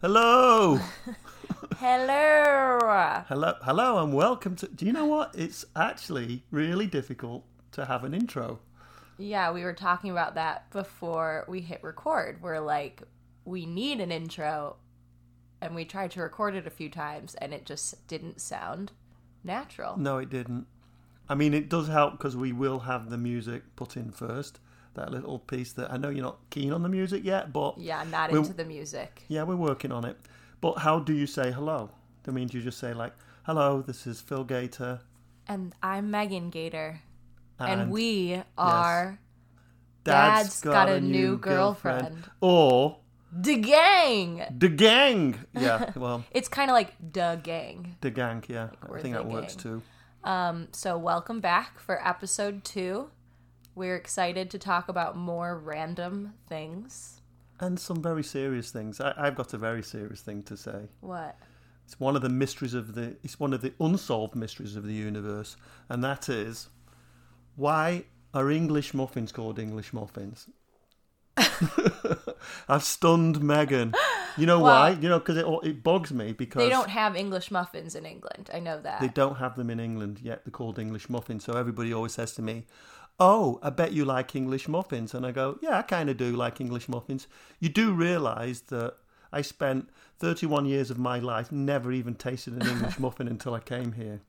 Hello. Hello. Hello. Hello and welcome to Do you know what? It's actually really difficult to have an intro. Yeah, we were talking about that before we hit record. We're like, we need an intro. And we tried to record it a few times and it just didn't sound natural. No, it didn't. I mean, it does help because we will have the music put in first. That little piece that I know you're not keen on the music yet, but Yeah, I'm not Well- into the music. yeah, we're working on it. But how do you say hello? That means you just say like, "Hello, this is Phil Gator." And I'm Megan Gator. And, we are Dad's got a new girlfriend. Or the gang. the gang. Yeah, well, It's kind of like the gang. the gang. Yeah, I we're think the that works gang. too. Um, so, welcome back for episode two. We're excited to talk about more random things. And some very serious things. I, I've got a very serious thing to say. What? It's one of the mysteries of the. It's one of the unsolved mysteries of the universe, and that is why are English muffins called English muffins? I've stunned Megan. You know why? You know because it it bugs me because They don't have English muffins in England. I know that. They don't have them in England yet. They're called English muffins. So everybody always says to me, Oh, I bet you like English muffins. And I go, Yeah, I kind of do like English muffins. You do realize that I spent 31 years of my life never even tasted an English muffin until I came here.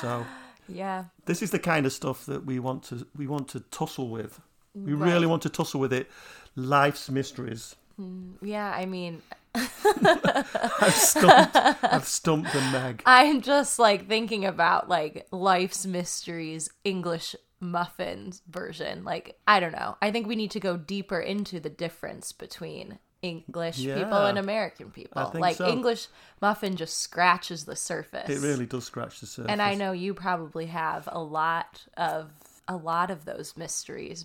So yeah. this is the kind of stuff that we want to we want to tussle with. We Right. really want to tussle with it. Life's mysteries. Yeah, I mean, I've stumped, I've stumped the Meg. I'm just like thinking about like Life's Mysteries English muffins version. Like, I don't know. I think we need to go deeper into the difference between English people Yeah. and American people. think like so. English muffin just scratches the surface. It really does scratch the surface. And I know you probably have a lot of a lot of those mysteries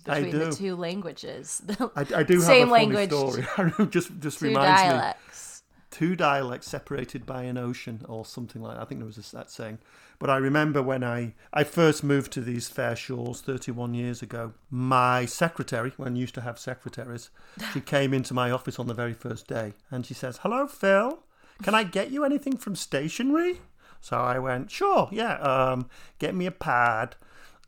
I between the do. two languages. I, I do have Same a language, funny story. It just just two reminds me dialects. two dialects separated by an ocean or something like that. I think there was a, that saying. But I remember when I I first moved to these fair shores 31 years ago. My secretary, when I used to have secretaries, she came into my office on the very first day and she says, "Hello, Phil. Can I get you anything from stationery?" So I went, "Sure, yeah. Um, get me a pad."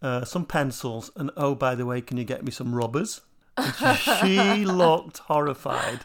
Uh, some pencils, and oh, by the way, can you get me some rubbers? she looked horrified.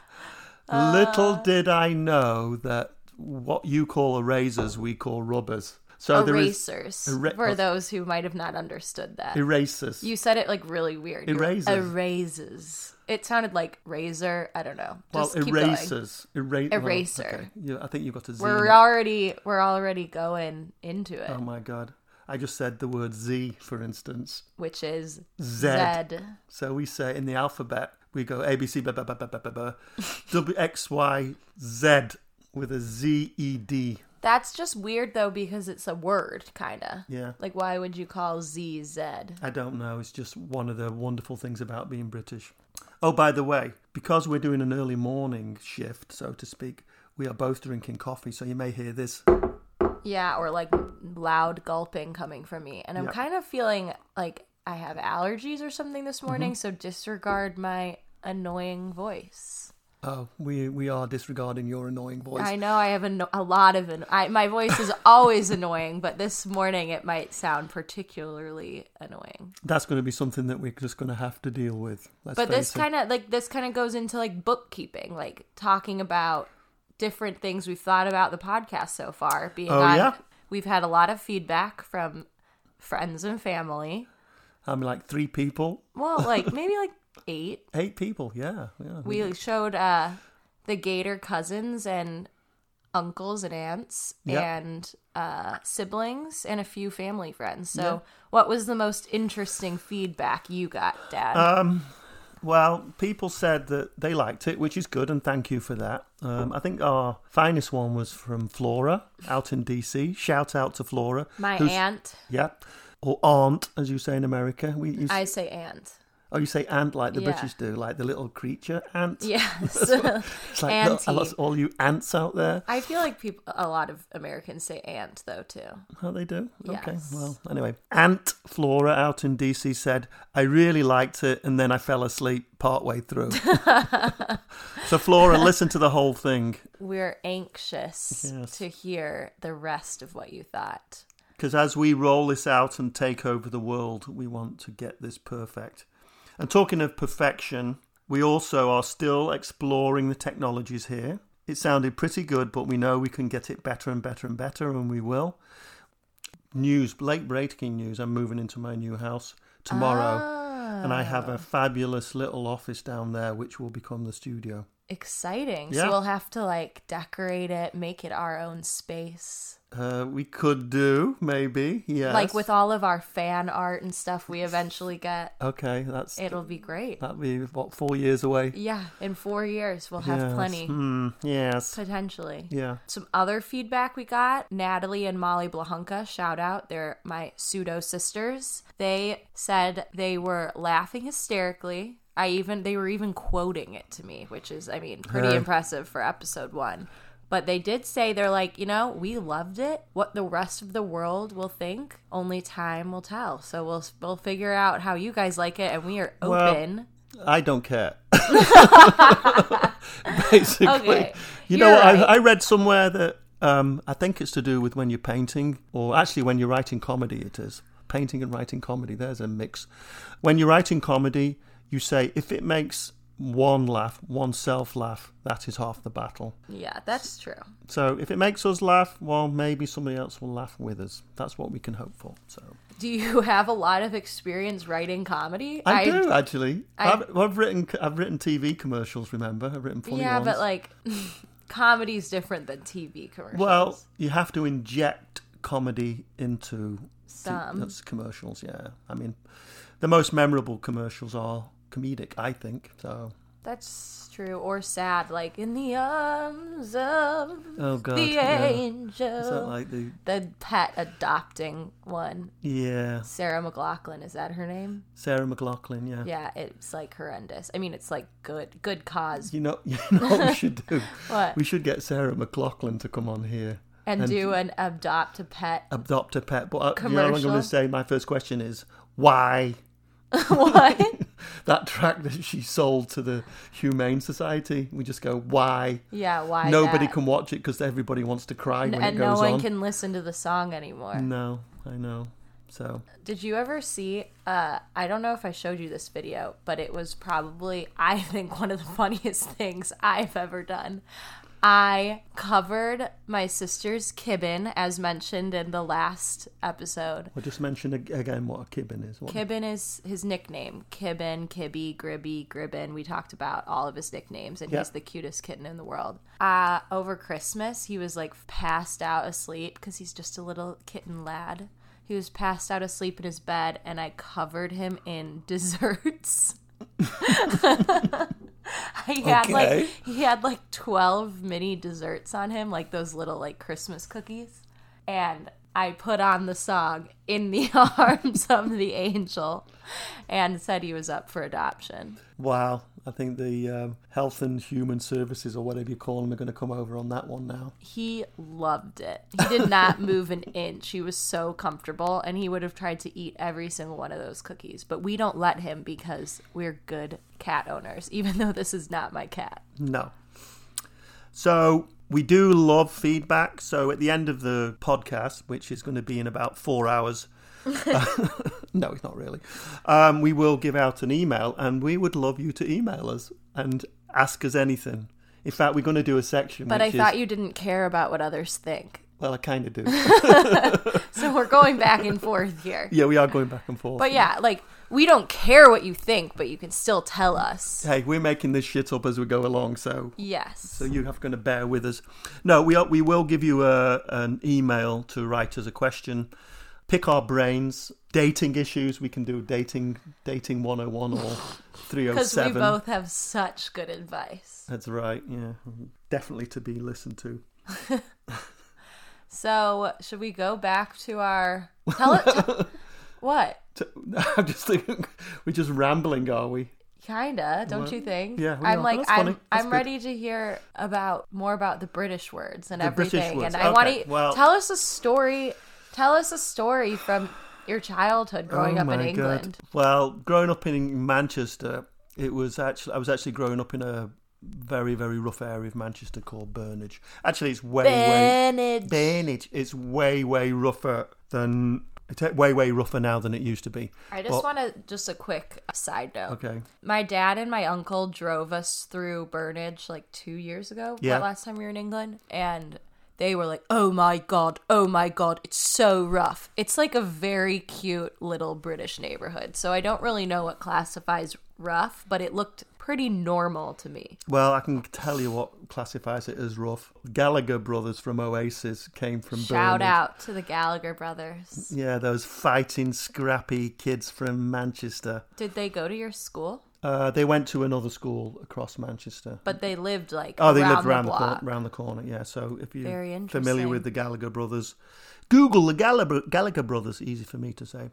Little Uh. did I know that what you call erasers, we call rubbers. So Oh, there is oh. Erasers era- for those who might have not understood that. erasers. You said it like really weird. You were- Er- Erasers. Erasers. It sounded like razor. I don't know. well, Just keep going. erasers. Era- well, Eraser. okay. You- I think you got a Z. in We're it. already we're already going into it, Oh my god! I just said the word Z, for instance. which is Zed. Zed. So we say in the alphabet, we go A B C B B B B B B B W X Y Z with a Z E D. That's just weird though because it's a word kind of. Yeah. Like why would you call Z Zed? I don't know. It's just one of the wonderful things about being British. Oh, by the way, because we're doing an early morning shift, so to speak, we are both drinking coffee, so you may hear this. Yeah, or like loud gulping coming from me. And I'm Yeah. kind of feeling like I have allergies or something Mm-hmm. this morning, so disregard my annoying voice. Oh, we we are disregarding your annoying voice. I know I have an- a lot of an- I, my voice is always annoying, but this morning it might sound particularly annoying. That's going to be something that we're just going to have to deal with. Let's But this face it. kind of like this kind of goes into like bookkeeping, like talking about different things we've thought about the podcast so far. Being Oh, on, yeah? we've had a lot of feedback from friends and family. I'm like three people, Well, like maybe like eight. eight people. Yeah, yeah. We showed uh the Gator cousins and uncles and aunts Yep. and uh siblings and a few family friends. So what was the most interesting feedback you got, Dad? Uh, Well, people said that they liked it, which is good, and thank you for that. Um, I think our finest one was from Flora out in DC. Shout out to Flora. My who's- aunt. Yeah. Or aunt, as you say in America. We use, I say aunt. Oh, you say ant like the Yeah. British do, like the little creature ant. Yes. It's like look, I Ante. lost all you ants out there. I feel like people, a lot of Americans say ant though too. How they do? Okay. Yes. Well, anyway, Aunt Flora out in DC said, "I really liked it, and then I fell asleep partway through." so Flora listened to the whole thing We're anxious Yes. to hear the rest of what you thought. because as we roll this out and take over the world, we want to get this perfect. And talking of perfection, we also are still exploring the technologies here. It sounded pretty good, but we know we can get it better and better and better, and we will. News, late breaking news. I'm moving into my new house tomorrow. Ah, and I have a fabulous little office down there, which will become the studio. exciting. Yeah. So we'll have to like decorate it, make it our own space. Uh, we could do maybe, yes. Like with all of our fan art and stuff we eventually get, okay, that's it'll be great. that'd be what four years away. Yeah, in four years we'll have Yes. plenty Hmm, yes, potentially. yeah. Some other feedback we got Natalie and Molly Blahunka, shout out, they're my pseudo sisters. They said they were laughing hysterically. I even they were even quoting it to me, which is I mean pretty Hey. impressive for episode 1. But they did say they're like, you know, we loved it. What the rest of the world will think, only time will tell. So we'll we'll figure out how you guys like it and we are Well, open. I don't care. Basically, Okay, you you're know, what right. I, I read somewhere that um, I think it's to do with when you're painting, or actually when you're writing comedy. It is painting and writing comedy. There's a mix. When you're writing comedy, you say if it makes one laugh, one self laugh, that is half the battle. yeah, that's true. So if it makes us laugh, well, maybe somebody else will laugh with us. That's what we can hope for. So Do you have a lot of experience writing comedy? I, do actually. I- I, have I've written I've written TV commercials. Remember, I've written funny yeah, ones. but like comedy's different than TV commercials. Well, you have to inject comedy into Some. that's commercials. Yeah, I mean, the most memorable commercials are comedic. I think so. that's true or sad. Like in the arms of Oh God, the yeah. Is that angel, like the the pet adopting one. yeah Sarah McLaughlin is that her name? Sarah McLaughlin? Yeah. Yeah, it's like horrendous. I mean, it's like good, good cause. You know, you know what we should do. What? We should get Sarah McLaughlin to come on here. And, do an adopt a pet. Adopt a pet. But uh, you know what I'm going Commercial. to say? My first question is why what? that track that she sold to the Humane Society? We just go why. Yeah, why? Nobody that? can watch it because everybody wants to cry when and it no goes one on. can listen to the song anymore. No, I know. So Did you ever see? Uh, I don't know if I showed you this video, but it was probably, I think, one of the funniest things I've ever done. I covered my sister's kibbin, as mentioned in the last episode. we'll just mention ag- again what a kibbin is. What, Kibbin is his nickname. Kibbin, Kibby, Gribby, Gribbin. We talked about all of his nicknames, and Yeah. he's the cutest kitten in the world. Uh, over Christmas, he was like passed out asleep because he's just a little kitten lad. He was passed out asleep in his bed, and I covered him in desserts. he had like Okay. he had like twelve mini desserts on him, like those little like Christmas cookies and I put on the song "In the Arms of the Angel," and said he was up for adoption. wow, I think the um, health and human services or whatever you call them are going to come over on that one now. He loved it. He did not move an inch. He was so comfortable, and he would have tried to eat every single one of those cookies. But we don't let him because we're good cat owners, even though this is not my cat. No. So we do love feedback. So at the end of the podcast, which is going to be in about four hours, no, it's not really. Um, we will give out an email, and we would love you to email us and ask us anything. In fact, we're going to do a section. But I which thought is, you didn't care about what others think, well, I kind of do. so we're going back and forth here. yeah, we are going back and forth. But yeah, like we don't care what you think, but you can still tell us. hey, we're making this shit up as we go along, so Yes. so you have going to bear with us. No, we are, we will give you a, an email to write us a question. Pick our brains. Dating issues. We can do dating dating 101 or Because we 307. both have such good advice. That's right. Yeah, definitely to be listened to. So should we go back to our tell it? What? T- I'm just thinking, we're just rambling, are we? Kinda, don't Well, you think? yeah, we I'm are. like That's funny. I'm That's I'm good. ready to hear about more about the British words and The British everything, words. and I want Okay, to well- tell us a story. Tell us a story from your childhood growing Oh up in England. Well, growing up in Manchester, it was actually I was actually growing up in a very very rough area of Manchester called Burnage. Actually, it's way way Bennett. Burnage. It's way way rougher than it's way way rougher now than it used to be. I just want to just a quick side note. Okay. My dad and my uncle drove us through Burnage like two years ago. Yeah. That last time we were in England, and they were like, "Oh my god, oh my god, it's so rough." It's like a very cute little British neighborhood. So I don't really know what classifies rough, but it looked pretty normal to me. Well, I can tell you what classifies it as rough. Gallagher brothers from Oasis came from Shout Burnage. out to the Gallagher brothers. Yeah, those fighting, scrappy kids from Manchester. Did they go to your school? Uh, they went to another school across Manchester. But they lived like Oh, they around lived around the, block. corner, around the corner. Yeah. So if you're Very familiar interesting. with the Gallagher brothers, Google the Gallagher, Gallagher brothers. Easy for me to say.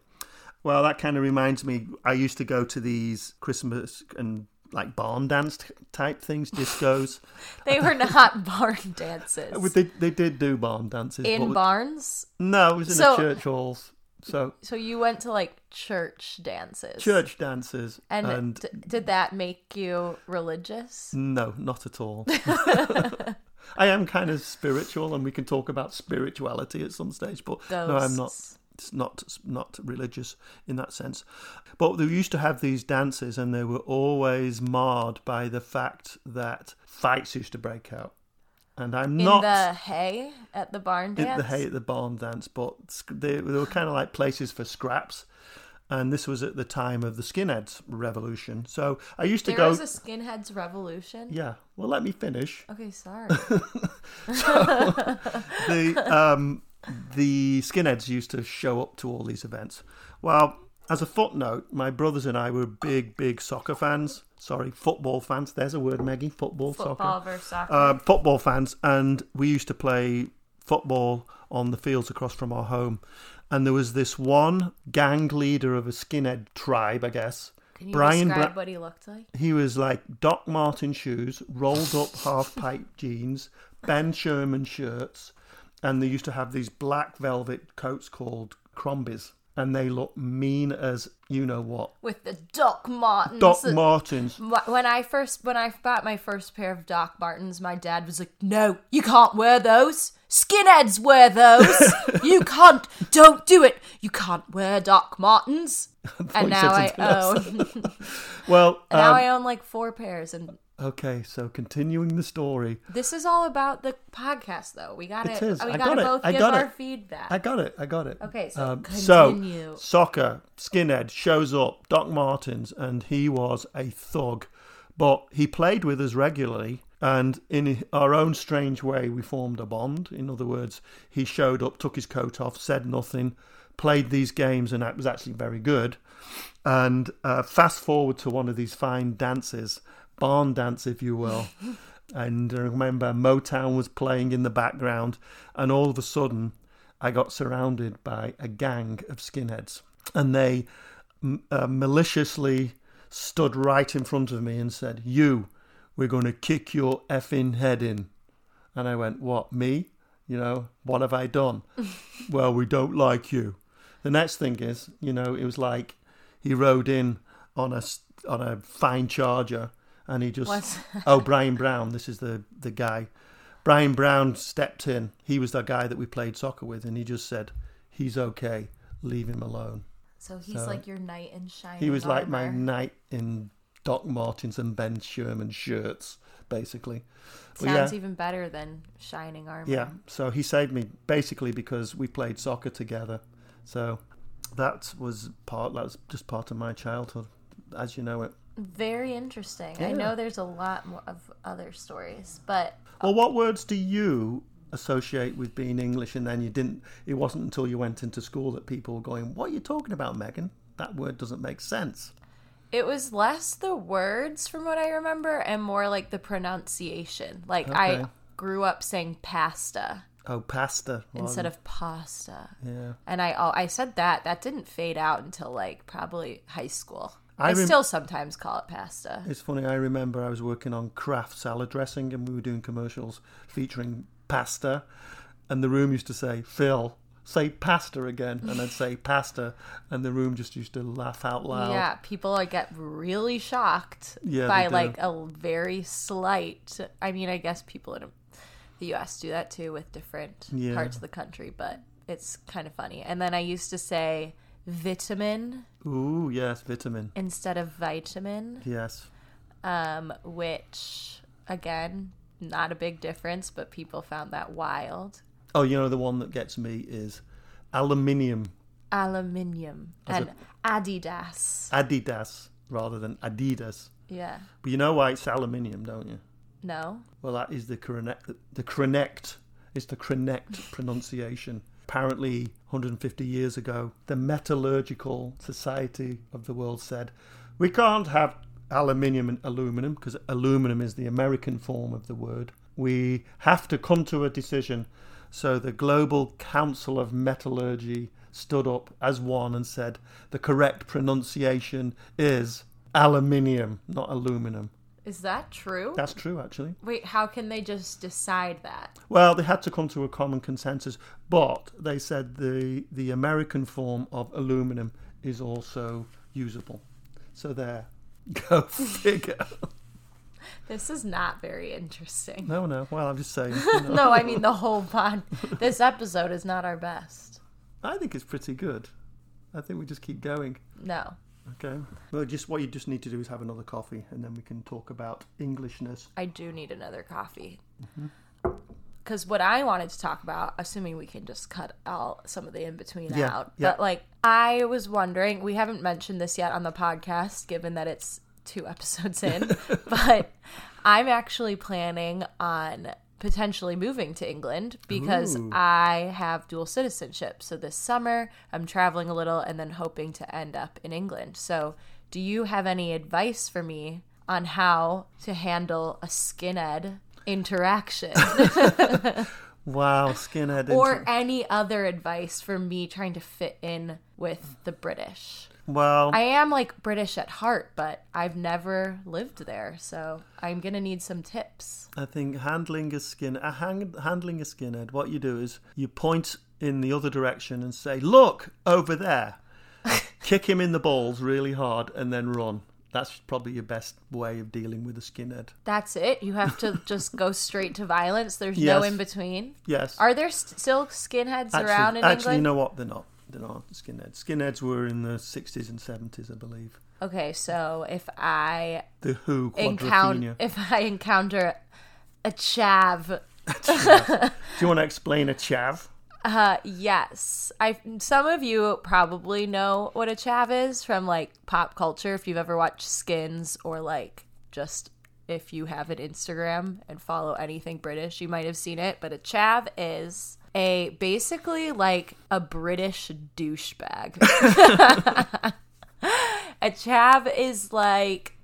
Well, that kind of reminds me. I used to go to these Christmas and like barn dance t- type things, discos. They were not barn dances Well, they, they did do barn dances. but in we- barns. no, it was in the So- church halls. So So you went to like church dances. church dances And, and d- did that make you religious? No, not at all. I am kind of spiritual, and we can talk about spirituality at some stage, but no, I'm not. Ghosts. It's not not religious in that sense. But they used to have these dances, and they were always marred by the fact that fights used to break out. And I'm In not the hay at the barn in dance? the hay at the barn dance, but sc- they, they were kind of like places for scraps. And this was at the time of the skinheads revolution. So I used to There go. was a skinheads revolution. yeah, well, let me finish. Okay, sorry. the um, the skinheads used to show up to all these events. Well, as a footnote, my brothers and I were big, big soccer fans. Sorry, football fans. There's a word, Maggie. Football, soccer. Football versus soccer. Uh, football fans, and we used to play football on the fields across from our home. And there was this one gang leader of a skinhead tribe, I guess. Can you Brian describe Bla- what he looked like? he was like Doc Martin shoes, rolled up half pipe jeans, Ben Sherman shirts, and they used to have these black velvet coats called crombies. And they look mean as you know what. With the Doc Martens. Doc Martens. Wh- when I first when I bought my first pair of Doc Martens, my dad was like, "No, you can't wear those. Skinheads wear those. you can't. Don't do it. You can't wear Doc Martens." And you now I said own Well, now um, I own like four pairs, and okay, so continuing the story. this is all about the podcast, though. We got It to is. We I gotta got it. both I give got our it. feedback. I got it. I got it. Um, Okay, so so continue. soccer skinhead shows up, Doc Martens, and he was a thug, but he played with us regularly. And in our own strange way, we formed a bond. In other words, he showed up, took his coat off, said nothing, played these games, and that was actually very good. And uh, fast forward to one of these fine dances, barn dance, if you will. and I remember Motown was playing in the background, and all of a sudden, I got surrounded by a gang of skinheads, and they m- uh, maliciously stood right in front of me and said, "You, we're going to kick your effing head in." And I went, What, me? You know, what have I done? well, we don't like you. The next thing is, you know, it was like he rode in on a, s- on a fine charger and he just. What? oh, Brian Brown, this is the, the guy. Brian Brown stepped in. He was the guy that we played soccer with and he just said, He's okay. Leave him alone. so he's like your knight in shining. He was like my armor. knight in Doc Martens and Ben Sherman shirts, basically. But Sounds yeah. even better than shining armor. Yeah, so he saved me basically because we played soccer together. So that was part. That was just part of my childhood, as you know it. Very interesting. Yeah. I know there's a lot more of other stories, but Well, what words do you associate with being English? And then you didn't. It wasn't until you went into school that people were going, "What are you talking about, Megan? That word doesn't make sense." it was less the words from what I remember and more like the pronunciation. Like Okay. I grew up saying pasta Oh, pasta. Well, instead of pasta. yeah. And I oh, I said that that didn't fade out until like probably high school. I I, rem- still sometimes call it pasta. It's funny. I remember I was working on Kraft salad dressing, and we were doing commercials featuring pasta, and the room used to say, "Phil, say pasta again," and I'd say pasta, and the room just used to laugh out loud. Yeah, people like get really shocked Yeah, they by do. like a very slight. I mean, I guess people in the U.S. do that too with different Yeah. parts of the country, but it's kind of funny. And then I used to say vitamin Ooh, yes, vitamin. instead of vitamin, Yes. um, which again, not a big difference, but people found that wild. Oh, you know the one that gets me is aluminium Aluminium As and Adidas. Adidas rather than Adidas. Yeah. But you know why it's aluminium, don't you? No. Well, that is the correct, the correct, it's the correct pronunciation. Apparently, 150 years ago, the Metallurgical Society of the world said, we can't have aluminium and aluminum because aluminum is the American form of the word. We have to come to a decision. So the Global Council of Metallurgy stood up as one and said, the correct pronunciation is aluminium, not aluminum. Is that true? That's true, actually. Wait, how can they just decide that? Well, they had to come to a common consensus, but they said the the American form of aluminum is also usable. So there, go figure. This is not very interesting. no, no. Well, I'm just saying. you know. No, I mean the whole pod. This episode is not our best. I think it's pretty good. I think we just keep going. No. Okay. Well, just what you just need to do is have another coffee, and then we can talk about Englishness. I do need another coffee. Because what I wanted to talk about, assuming we can just cut all some of the in between Yeah, out, yeah. but like I was wondering, we haven't mentioned this yet on the podcast, given that it's two episodes in, but I'm actually planning on potentially moving to England because Ooh. I have dual citizenship. So this summer, I'm traveling a little and then hoping to end up in England. So, do you have any advice for me on how to handle a skinhead interaction Wow, skinhead. or any other advice for me trying to fit in with the British? well, I am like British at heart, but I've never lived there, so I'm going to need some tips. I think handling a skin, a hang, handling a skinhead. What you do is you point in the other direction and say, "Look over there." Kick him in the balls really hard and then run. That's probably your best way of dealing with a skinhead. That's it. You have to just go straight to violence. There's no Yes. in between. Yes. Are there st- still skinheads actually, around in actually, you England? know what? They're not. They're not skinheads. Skinheads were in the sixties and seventies, I believe. Okay, so if I The Who, encounter Quadrophenia. if I encounter a chav, Do you want to explain a chav? uh, yes, I some of you probably know what a chav is from like pop culture if you've ever watched Skins or like just if you have an Instagram and follow anything British, you might have seen it. But a chav is a basically like a British douchebag. a chav is like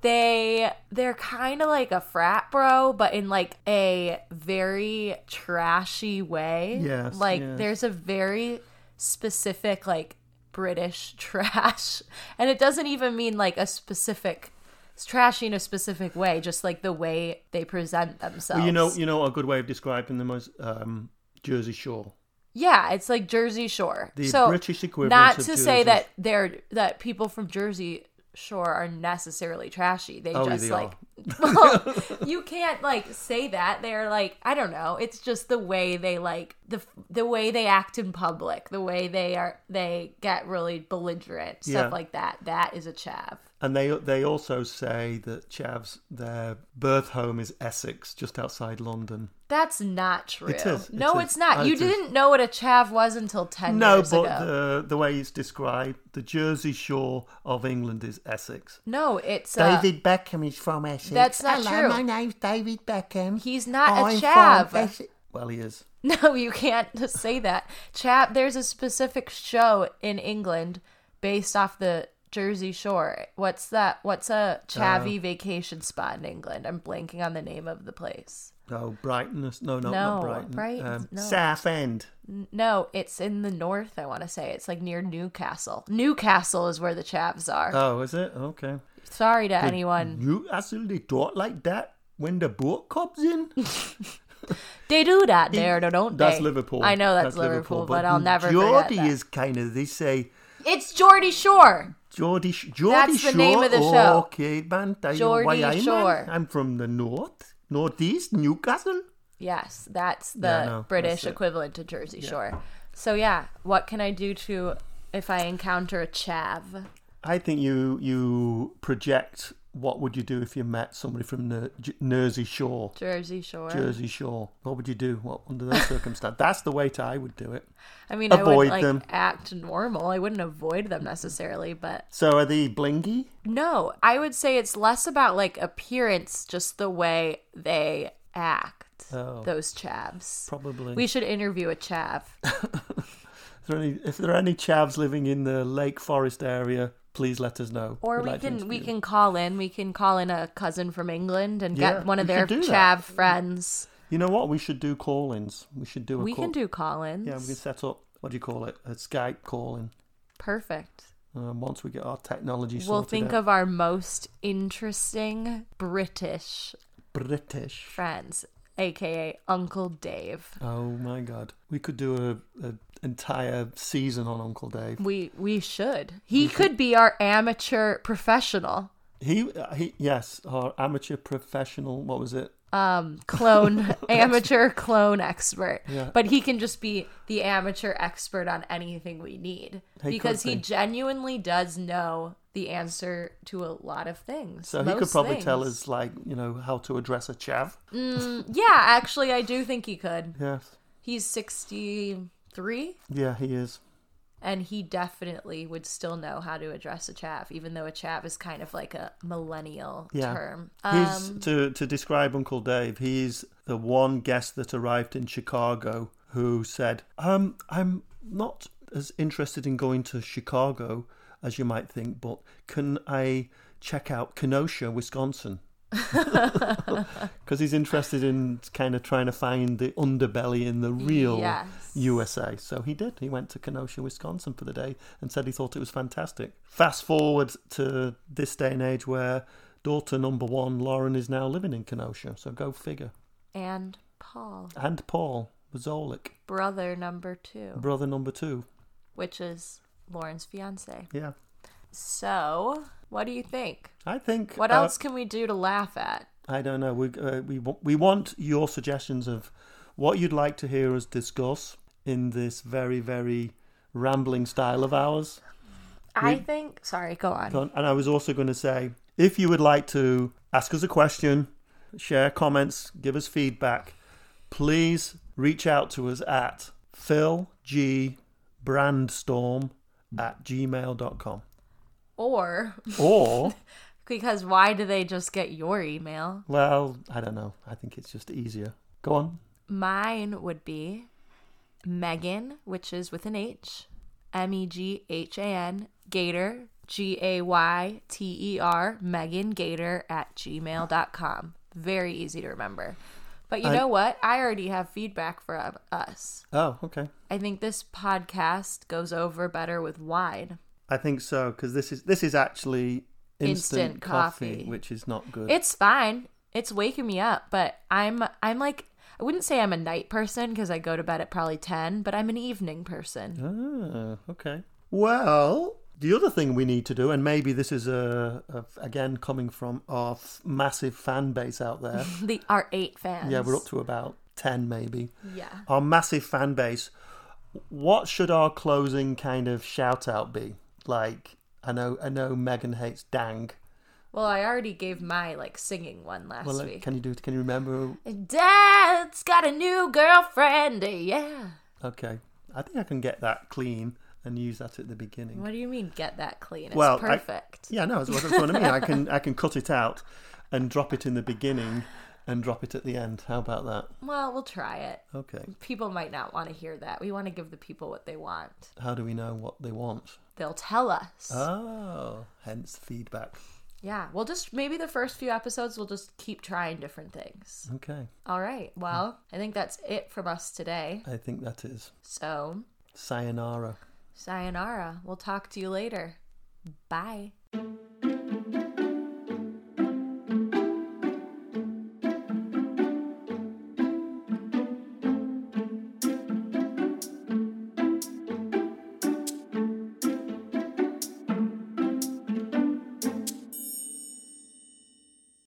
they they're kind of like a frat bro but in like a very trashy way Yes, like yes. there's a very specific like british trash and it doesn't even mean like a specific it's trashy in a specific way just like the way they present themselves Well, you know, you know, a good way of describing them is um, Jersey Shore. yeah it's like jersey shore The so British equivalent. not to of say Jersey- that they're that people from jersey shore are necessarily trashy they Oh, just they like are. well, you can't like say that. They're like, I don't know. It's just the way they like the the way they act in public, the way they are they get really belligerent, stuff Yeah. like that. That is a chav. And they they also say that Chav's their birth home is Essex, just outside London. That's not true. It is, it no, is. it's not. Oh, you it is. didn't know what a chav was until ten No, years but ago. the the way it's described, the Jersey Shore of England is Essex. no, it's uh, David Beckham is from Essex. That's not Hello, true. My name's David Beckham. he's not I'm a from chav. Essex. Well, he is. No, you can't just say that. Chap, there's a specific show in England based off the Jersey Shore. What's that? What's a chavvy vacation spot in England? I'm blanking on the name of the place. Oh, Brighton. is- No, no, No, not Brighton. Um, Brighton, no. Southend. N- No, it's in the north. I want to say it's like near Newcastle. Newcastle is where the chavs are. Oh, is it? Okay. Sorry to anyone. You absolutely talk like that when the boat comes in? They do that there, though, don't That's they? Liverpool. I know that's, Liverpool, but, I'll never forget Geordie that. is kind of, they say, It's Geordie Shore. Geordie, Sh- Geordie That's Shore. the name of the show. Okay, man. tell you Geordie why I'm- Shore. I'm from the north, northeast, Newcastle. Yes, that's the Yeah, I know. British That's it. equivalent to Jersey Shore. So yeah, what can I do to if I encounter a chav? I think you you project what would you do if you met somebody from the J- Jersey Shore. Jersey Shore. Jersey Shore. What would you do? What under those circumstances? That's the way to, I would do it. I mean, I would Avoid like them. act normal. I wouldn't avoid them necessarily, but So are they blingy? no, I would say it's less about like appearance, just the way they act. Oh. Those chavs. Probably. We should interview a chav. If there are any, if there are any chavs living in the Lake Forest area, please let us know. Or We'd we like to can we interview them. can call in. We can call in a cousin from England and Yeah, get one of we their should do chav that. friends. You know what? We should do call-ins. We should do a We call. can do Collins. Yeah, we can set up. What do you call it? A Skype calling. Perfect. Um, once we get our technology we'll sorted think out. of our most interesting British British. friends, aka Uncle Dave. Oh my God! We could do a, a entire season on Uncle Dave. We we should. He could be our amateur professional He, he, yes, our amateur professional. What was it? um clone amateur clone expert. Yeah. But he can just be the amateur expert on anything we need He because could he be. genuinely does know the answer to a lot of things. So he could most probably tell things. Mm. us, like, you know, how to address a chav. Yeah, actually I do think he could. Yes. He's 63 Yeah, he is. and he definitely would still know how to address a chav, even though a chav is kind of like a millennial Yeah. term. Um, He's to to describe Uncle Dave. He's the one guest that arrived in Chicago who said, "Um, I'm not as interested in going to Chicago as you might think, but can I check out Kenosha, Wisconsin?" Because he's interested in kind of trying to find the underbelly in the real Yes. USA. So he did. He went to Kenosha, Wisconsin for the day and said he thought it was fantastic. Fast forward to this day and age where daughter number one, Lauren, is now living in Kenosha. So go figure. And Paul, And Paul Zolik, brother number two, brother number two. which is Lauren's fiance. Yeah. So, what do you think? I think. What uh, else can we do to laugh at? I don't know. We, uh, we, wa- we want your suggestions of what you'd like to hear us discuss in this very, very rambling style of ours. I think. Sorry, go on. Go on. And I was also going to say, if you would like to ask us a question, share comments, give us feedback, please reach out to us at philgbrandstorm at gmail.com. Or, Or, because why do they just get your email? well, I don't know. I think it's just easier. Go on. Mine would be Megan, which is with an H, M E G H A N, Gator, G A Y T E R, Megan Gator at gmail.com. Very easy to remember. But you I- know what? I already have feedback from us. Oh, okay. I think this podcast goes over better with wine. I think so because this is this is actually instant, Instant coffee, coffee. which is not good. It's fine. It's waking me up, but I'm I'm like I wouldn't say I'm a night person because I go to bed at probably 10, but I'm an evening person. Ah, okay. Well, the other thing we need to do, and maybe this is a, a again coming from our f- massive fan base out there. The our eight fans. yeah, we're up to about ten, maybe. Yeah. Our massive fan base. What should our closing kind of shout out be? Like, I know, I know, Megan hates Dang. Well, I already gave my like singing one last Well, like, week. can you do it? Can you remember? Dad's got a new girlfriend. Yeah. Okay, I think I can get that clean and use that at the beginning. What do you mean get that clean? It's Well, I- perfect. Yeah, no, that's what, that's what I mean. I can I can cut it out and drop it in the beginning and drop it at the end. How about that? Well, we'll try it. Okay. People might not want to hear that. We want to give the people what they want. How do we know what they want? They'll tell us. Oh, hence feedback. Yeah, we'll just maybe the first few episodes we'll just keep trying different things. Okay, All right. Well, I think that's it from us today. I think that is So, sayonara. sayonara. We'll talk to you later. Bye.